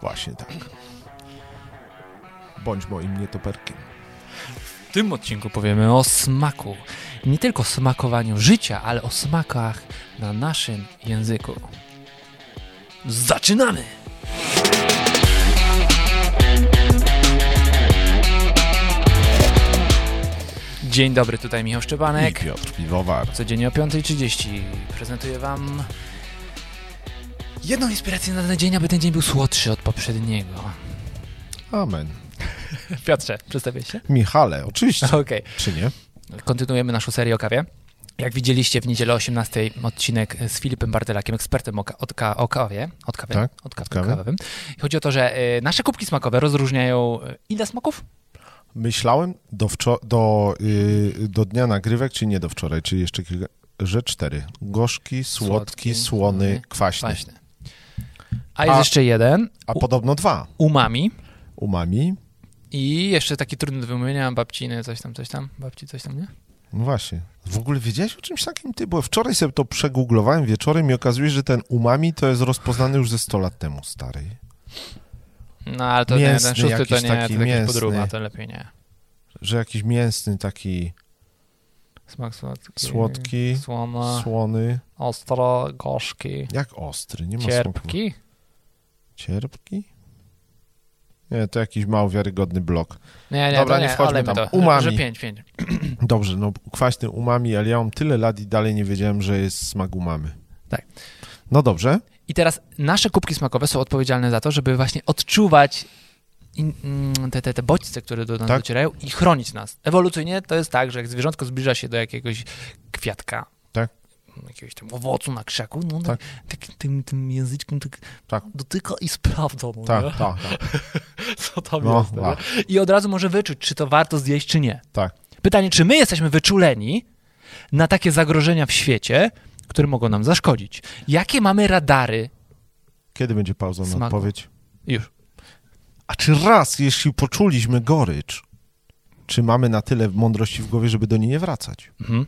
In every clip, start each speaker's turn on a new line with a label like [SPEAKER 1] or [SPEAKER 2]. [SPEAKER 1] Właśnie tak. Bądź moim nietoperkiem.
[SPEAKER 2] W tym odcinku powiemy o smaku. Nie tylko smakowaniu życia, ale o smakach na naszym języku. Zaczynamy! Dzień dobry, tutaj Michał
[SPEAKER 1] I
[SPEAKER 2] Szczepanek.
[SPEAKER 1] Piotr Piwowar.
[SPEAKER 2] Codziennie o 5.30 prezentuję Wam jedną inspirację na dany dzień, aby ten dzień był słodszy od poprzedniego.
[SPEAKER 1] Amen.
[SPEAKER 2] Piotrze, przedstawię się.
[SPEAKER 1] Michale, oczywiście.
[SPEAKER 2] Okej.
[SPEAKER 1] Czy nie?
[SPEAKER 2] Kontynuujemy naszą serię o kawie. Jak widzieliście w niedzielę o 18 odcinek z Filipem Bartelakiem, ekspertem o, ka- od ka- o kawie, od kawy,
[SPEAKER 1] Tak,
[SPEAKER 2] od kawy,
[SPEAKER 1] od kawy.
[SPEAKER 2] kawowym. I Chodzi o to, że y, nasze kubki smakowe rozróżniają y, ile smaków?
[SPEAKER 1] Myślałem do, wczo- do, yy, do dnia nagrywek, czy nie do wczoraj, czy jeszcze kilka, że cztery. Gorzki, słodki,
[SPEAKER 2] Słodki, Mhm.
[SPEAKER 1] słony,
[SPEAKER 2] słony,
[SPEAKER 1] kwaśny.
[SPEAKER 2] Właśnie. A jest
[SPEAKER 1] A-
[SPEAKER 2] jeszcze jeden,
[SPEAKER 1] A
[SPEAKER 2] u-
[SPEAKER 1] podobno dwa.
[SPEAKER 2] umami
[SPEAKER 1] Umami.
[SPEAKER 2] i jeszcze taki trudny do wymówienia, babciny, coś tam, coś tam, babci, coś tam, nie?
[SPEAKER 1] No właśnie. W ogóle wiedziałeś o czymś takim? Ty, bo wczoraj sobie to przegooglowałem wieczorem i okazuje się, że ten umami to jest rozpoznany już ze 100 lat temu, stary.
[SPEAKER 2] No ale to
[SPEAKER 1] Mięsny
[SPEAKER 2] nie, ten szósty to
[SPEAKER 1] jakiś
[SPEAKER 2] nie,
[SPEAKER 1] taki,
[SPEAKER 2] to
[SPEAKER 1] mięsny.
[SPEAKER 2] jakiś podróba, to lepiej nie.
[SPEAKER 1] Że jakiś mięsny taki
[SPEAKER 2] Smak słodki.
[SPEAKER 1] Słodki,
[SPEAKER 2] Słona,
[SPEAKER 1] słony,
[SPEAKER 2] ostro, gorzki,
[SPEAKER 1] jak ostry, nie ma smaku.
[SPEAKER 2] cierpki.
[SPEAKER 1] Cierpki? Nie, to jakiś mało wiarygodny blok.
[SPEAKER 2] Nie, nie,
[SPEAKER 1] Dobra,
[SPEAKER 2] to
[SPEAKER 1] nie wchodźmy
[SPEAKER 2] olejmy
[SPEAKER 1] tam.
[SPEAKER 2] To,
[SPEAKER 1] Umami.
[SPEAKER 2] Że pięć, pięć.
[SPEAKER 1] Dobrze, no kwaśny umami, ale ja mam tyle lat i dalej nie wiedziałem, że jest smak umamy.
[SPEAKER 2] Tak.
[SPEAKER 1] No dobrze,
[SPEAKER 2] I teraz nasze kubki smakowe są odpowiedzialne za to, żeby właśnie odczuwać in, mm, te, te, te bodźce, które do nas
[SPEAKER 1] Tak.
[SPEAKER 2] docierają i chronić nas. Ewolucyjnie to jest tak, że jak zwierzątko zbliża się do jakiegoś kwiatka,
[SPEAKER 1] Tak.
[SPEAKER 2] jakiegoś tam owocu na krzaku, no
[SPEAKER 1] Tak.
[SPEAKER 2] tak. tak, tym, tym języczkiem tak
[SPEAKER 1] Tak.
[SPEAKER 2] dotyka i sprawdza, no,
[SPEAKER 1] tak,
[SPEAKER 2] nie?
[SPEAKER 1] tak, tak,
[SPEAKER 2] co tam
[SPEAKER 1] No,
[SPEAKER 2] jest.
[SPEAKER 1] tak.
[SPEAKER 2] nie? I od razu może wyczuć, czy to warto zjeść, czy nie.
[SPEAKER 1] tak.
[SPEAKER 2] Pytanie, czy my jesteśmy wyczuleni na takie zagrożenia w świecie, które mogą nam zaszkodzić? Jakie mamy radary?
[SPEAKER 1] Kiedy będzie pauza na
[SPEAKER 2] Smaku.
[SPEAKER 1] odpowiedź?
[SPEAKER 2] Już.
[SPEAKER 1] A czy raz, jeśli poczuliśmy gorycz, czy mamy na tyle mądrości w głowie, żeby do niej nie wracać?
[SPEAKER 2] Mhm.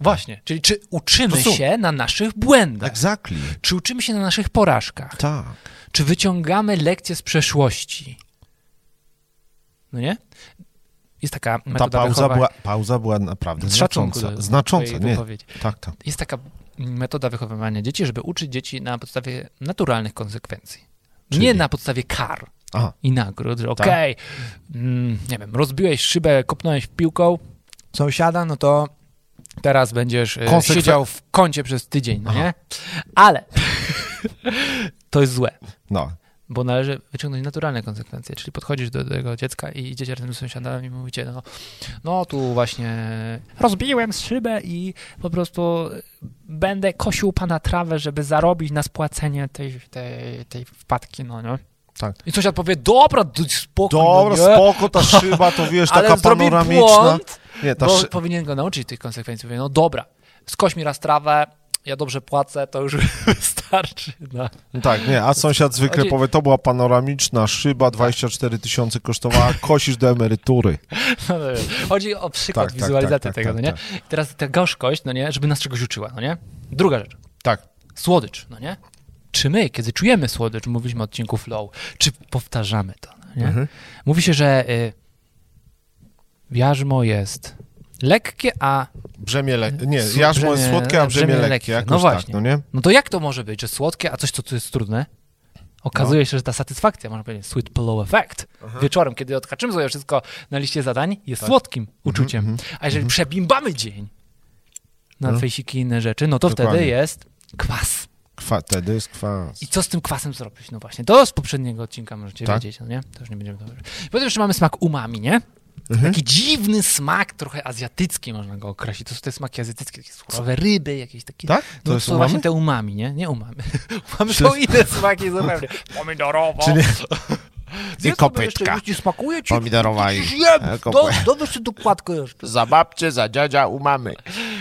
[SPEAKER 2] Właśnie. Czyli czy uczymy
[SPEAKER 1] To są-
[SPEAKER 2] się na naszych błędach?
[SPEAKER 1] Exactly.
[SPEAKER 2] Czy uczymy się na naszych porażkach?
[SPEAKER 1] Tak.
[SPEAKER 2] Czy wyciągamy lekcje z przeszłości? No nie? Jest taka
[SPEAKER 1] Ta
[SPEAKER 2] metoda
[SPEAKER 1] pauza
[SPEAKER 2] wychowania.
[SPEAKER 1] była, pauza była naprawdę
[SPEAKER 2] Z szacunku
[SPEAKER 1] znacząca.
[SPEAKER 2] do- do
[SPEAKER 1] Znacząca,
[SPEAKER 2] twojej
[SPEAKER 1] nie?
[SPEAKER 2] wypowiedzi.
[SPEAKER 1] Tak, tak.
[SPEAKER 2] Jest taka metoda wychowywania dzieci, żeby uczyć dzieci na podstawie naturalnych konsekwencji. Nie
[SPEAKER 1] Czyli?
[SPEAKER 2] na podstawie kar.
[SPEAKER 1] Aha, Tak?
[SPEAKER 2] i nagród, że okej, mm, nie wiem, rozbiłeś szybę, kopnąłeś piłką sąsiada, no to teraz będziesz e,
[SPEAKER 1] Konsekwen-
[SPEAKER 2] siedział w kącie przez tydzień, no
[SPEAKER 1] Aha.
[SPEAKER 2] nie? Ale to jest złe,
[SPEAKER 1] no.
[SPEAKER 2] bo należy wyciągnąć naturalne konsekwencje, czyli podchodzisz do tego dziecka i idziecie razem z sąsiadami i mówicie, no, no tu właśnie rozbiłem szybę i po prostu będę kosił pana trawę, żeby zarobić na spłacenie tej, tej, tej wpadki, no nie?
[SPEAKER 1] Tak.
[SPEAKER 2] I sąsiad powie, dobra, d- spokój,
[SPEAKER 1] Dobra,
[SPEAKER 2] no nie?
[SPEAKER 1] spoko, ta szyba, to wiesz, taka
[SPEAKER 2] ale zrobi
[SPEAKER 1] panoramiczna.
[SPEAKER 2] błąd, No.
[SPEAKER 1] Nie, ta
[SPEAKER 2] bo
[SPEAKER 1] szy...
[SPEAKER 2] powinien go nauczyć tych konsekwencji. Mówię, no dobra, skoś mi raz trawę, ja dobrze płacę, to już wystarczy. No.
[SPEAKER 1] no tak, nie, a sąsiad zwykle
[SPEAKER 2] Chodzi- Tak.
[SPEAKER 1] powie, to była panoramiczna szyba, 24 tysiące kosztowała, kosisz do emerytury.
[SPEAKER 2] No, no, no. Chodzi o przykład
[SPEAKER 1] Tak, tak,
[SPEAKER 2] wizualizacji
[SPEAKER 1] tak, tak,
[SPEAKER 2] tego,
[SPEAKER 1] tak,
[SPEAKER 2] no nie?
[SPEAKER 1] tak.
[SPEAKER 2] I Teraz ta gorzkość, no nie, żeby nas czegoś uczyła, no nie? Druga rzecz,
[SPEAKER 1] Tak,
[SPEAKER 2] słodycz, no nie? Czy my, kiedy czujemy słodycz, mówiliśmy o odcinku flow, czy powtarzamy to, no nie?
[SPEAKER 1] Mhm.
[SPEAKER 2] Mówi się, że y, jarzmo jest lekkie, a
[SPEAKER 1] brzemię lekkie, nie,
[SPEAKER 2] Su-
[SPEAKER 1] jarzmo jest
[SPEAKER 2] brzemię-
[SPEAKER 1] słodkie, a brzemię,
[SPEAKER 2] brzemię
[SPEAKER 1] lekkie,
[SPEAKER 2] lekkie.
[SPEAKER 1] jakoś
[SPEAKER 2] No
[SPEAKER 1] tak,
[SPEAKER 2] właśnie.
[SPEAKER 1] no nie?
[SPEAKER 2] No to jak to może być, że słodkie, a coś, co tu jest trudne? Okazuje
[SPEAKER 1] No.
[SPEAKER 2] się, że ta satysfakcja, można powiedzieć, sweet pillow effect, wieczorem, kiedy odkaczymy sobie wszystko na liście zadań, jest
[SPEAKER 1] Tak.
[SPEAKER 2] słodkim
[SPEAKER 1] Mhm,
[SPEAKER 2] uczuciem. A jeżeli przebimbamy dzień na
[SPEAKER 1] Mhm.
[SPEAKER 2] fejsiki i inne rzeczy, no to
[SPEAKER 1] Dokładnie.
[SPEAKER 2] wtedy jest kwas.
[SPEAKER 1] Kwa, wtedy jest kwas.
[SPEAKER 2] I co z tym kwasem zrobić? No właśnie, to z poprzedniego odcinka możecie
[SPEAKER 1] Tak.
[SPEAKER 2] wiedzieć, no nie? To już nie będziemy dobrze. Potem jeszcze mamy smak umami, nie?
[SPEAKER 1] Mhm.
[SPEAKER 2] Taki dziwny smak, trochę azjatycki można go określić. To są te smaki azjatyckie, takie surowe ryby, jakieś takie
[SPEAKER 1] Tak? To
[SPEAKER 2] no to
[SPEAKER 1] jest
[SPEAKER 2] są
[SPEAKER 1] umami?
[SPEAKER 2] właśnie te umami, nie? Nie umami. Umami są inne smaki zupełnie. Pomidorowo.
[SPEAKER 1] Czyli-
[SPEAKER 2] Zjedz sobie jeszcze,
[SPEAKER 1] kopytka.
[SPEAKER 2] już ci smakuje ci.
[SPEAKER 1] Pomidorowa i-
[SPEAKER 2] ci Zjem.
[SPEAKER 1] E,
[SPEAKER 2] Do,
[SPEAKER 1] kopy-
[SPEAKER 2] dowiesz się dokładkę jeszcze.
[SPEAKER 1] Za babcie, za dziadzia u mamy.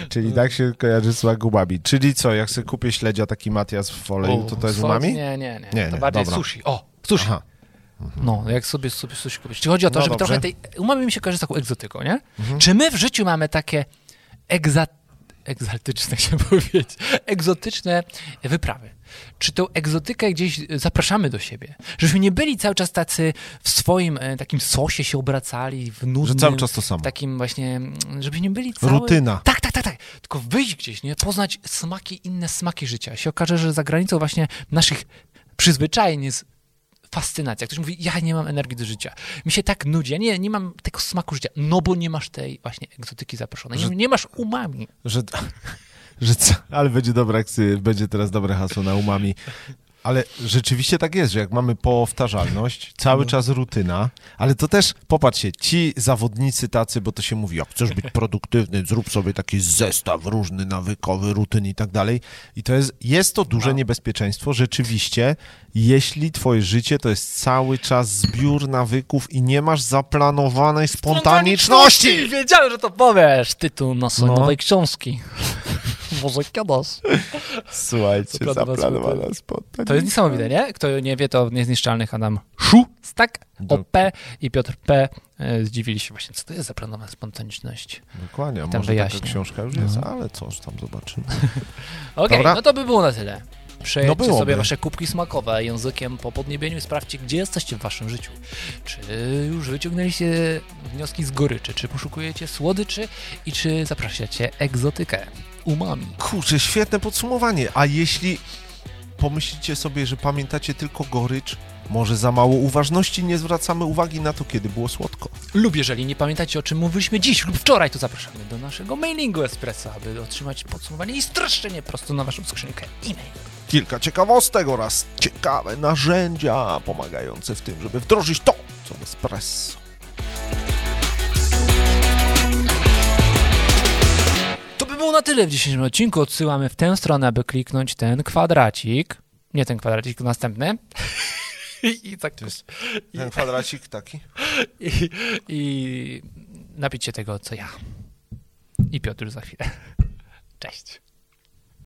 [SPEAKER 1] Czyli tak się kojarzy z umami. Czyli co, jak sobie kupię śledzia taki Matias w oleju, to to jest
[SPEAKER 2] Słod-
[SPEAKER 1] umami?
[SPEAKER 2] Nie, nie, nie.
[SPEAKER 1] Nie,
[SPEAKER 2] to
[SPEAKER 1] nie,
[SPEAKER 2] bardziej
[SPEAKER 1] dobra.
[SPEAKER 2] sushi. O, sushi.
[SPEAKER 1] Aha,
[SPEAKER 2] No, jak sobie, sobie sushi kupić. Czy chodzi o to,
[SPEAKER 1] No
[SPEAKER 2] żeby
[SPEAKER 1] dobrze. Mhm.
[SPEAKER 2] trochę tej... Umami mi się kojarzy z taką egzotyką, nie? Czy my w życiu mamy takie egza... egzaltyczne, chciałem powiedzieć, egzotyczne wyprawy? Czy tą egzotykę gdzieś zapraszamy do siebie? Żebyśmy nie byli cały czas tacy w swoim e, takim sosie się obracali, w nudnym...
[SPEAKER 1] Że cały czas to samo.
[SPEAKER 2] Takim właśnie, mm, żebyśmy nie byli cały...
[SPEAKER 1] Rutyna.
[SPEAKER 2] Tak, tak, tak, tak. Tylko wyjść gdzieś, nie? Poznać smaki, inne smaki życia. Się okaże, że za granicą właśnie naszych przyzwyczajeń jest fascynacja. Ktoś mówi, ja nie mam energii do życia. Mi się tak nudzi. Ja nie, nie mam tego smaku życia. No bo nie masz tej właśnie egzotyki zaproszonej.
[SPEAKER 1] Że-
[SPEAKER 2] Nie, nie masz umami.
[SPEAKER 1] Że, że, ca- ale będzie dobra, jak sy- będzie teraz dobre hasło na umami. Ale rzeczywiście tak jest, że jak mamy powtarzalność, cały czas rutyna, ale to też, popatrzcie, ci zawodnicy tacy, bo to się mówi, jak chcesz być produktywny, zrób sobie taki zestaw różny, nawykowy, rutyn i tak dalej. I to jest, jest to duże
[SPEAKER 2] No.
[SPEAKER 1] niebezpieczeństwo, rzeczywiście, jeśli twoje życie to jest cały czas zbiór nawyków i nie masz zaplanowanej spontaniczności.
[SPEAKER 2] Wiedziałem, że to powiesz! Tytuł naszej
[SPEAKER 1] No.
[SPEAKER 2] nowej książki. Może kiedyś.
[SPEAKER 1] Słuchajcie,
[SPEAKER 2] Co prawda was
[SPEAKER 1] zaplanowana
[SPEAKER 2] rutyna.
[SPEAKER 1] spontaniczność.
[SPEAKER 2] To jest niesamowite, nie? Kto nie wie, to niezniszczalnych Adam Szu, tak?
[SPEAKER 1] Dokładnie.
[SPEAKER 2] OP i Piotr P. E, Zdziwili się właśnie, co to jest zaplanowana spontaniczność.
[SPEAKER 1] Dokładnie, a
[SPEAKER 2] tam
[SPEAKER 1] może
[SPEAKER 2] wyjaśnia. No.
[SPEAKER 1] taka książka już jest, ale cóż, tam zobaczymy.
[SPEAKER 2] Okej,
[SPEAKER 1] Dobra.
[SPEAKER 2] no to by było na tyle.
[SPEAKER 1] No
[SPEAKER 2] Przejedźcie
[SPEAKER 1] byłoby.
[SPEAKER 2] sobie wasze kubki smakowe językiem po podniebieniu i sprawdźcie, gdzie jesteście w waszym życiu. Czy już wyciągnęliście wnioski z goryczy, czy poszukujecie słodyczy i czy zapraszacie egzotykę, umami.
[SPEAKER 1] Kurczę, świetne podsumowanie. A jeśli pomyślicie sobie, że pamiętacie tylko gorycz, może za mało uważności nie zwracamy uwagi na to, kiedy było słodko.
[SPEAKER 2] Lub jeżeli nie pamiętacie, o czym mówiliśmy dziś lub wczoraj, to zapraszamy do naszego mailingu Espresso, aby otrzymać podsumowanie i streszczenie prosto na waszą skrzynkę e-mail.
[SPEAKER 1] Kilka ciekawostek oraz ciekawe narzędzia pomagające w tym, żeby wdrożyć to, co w espresso.
[SPEAKER 2] To by było na tyle w dzisiejszym odcinku. Odsyłamy w tę stronę, aby kliknąć ten kwadracik. Nie ten kwadracik, tylko następny. I, i tak
[SPEAKER 1] jest- Ten kwadracik taki.
[SPEAKER 2] I, I napić się tego, co ja. I Piotr za chwilę. Cześć.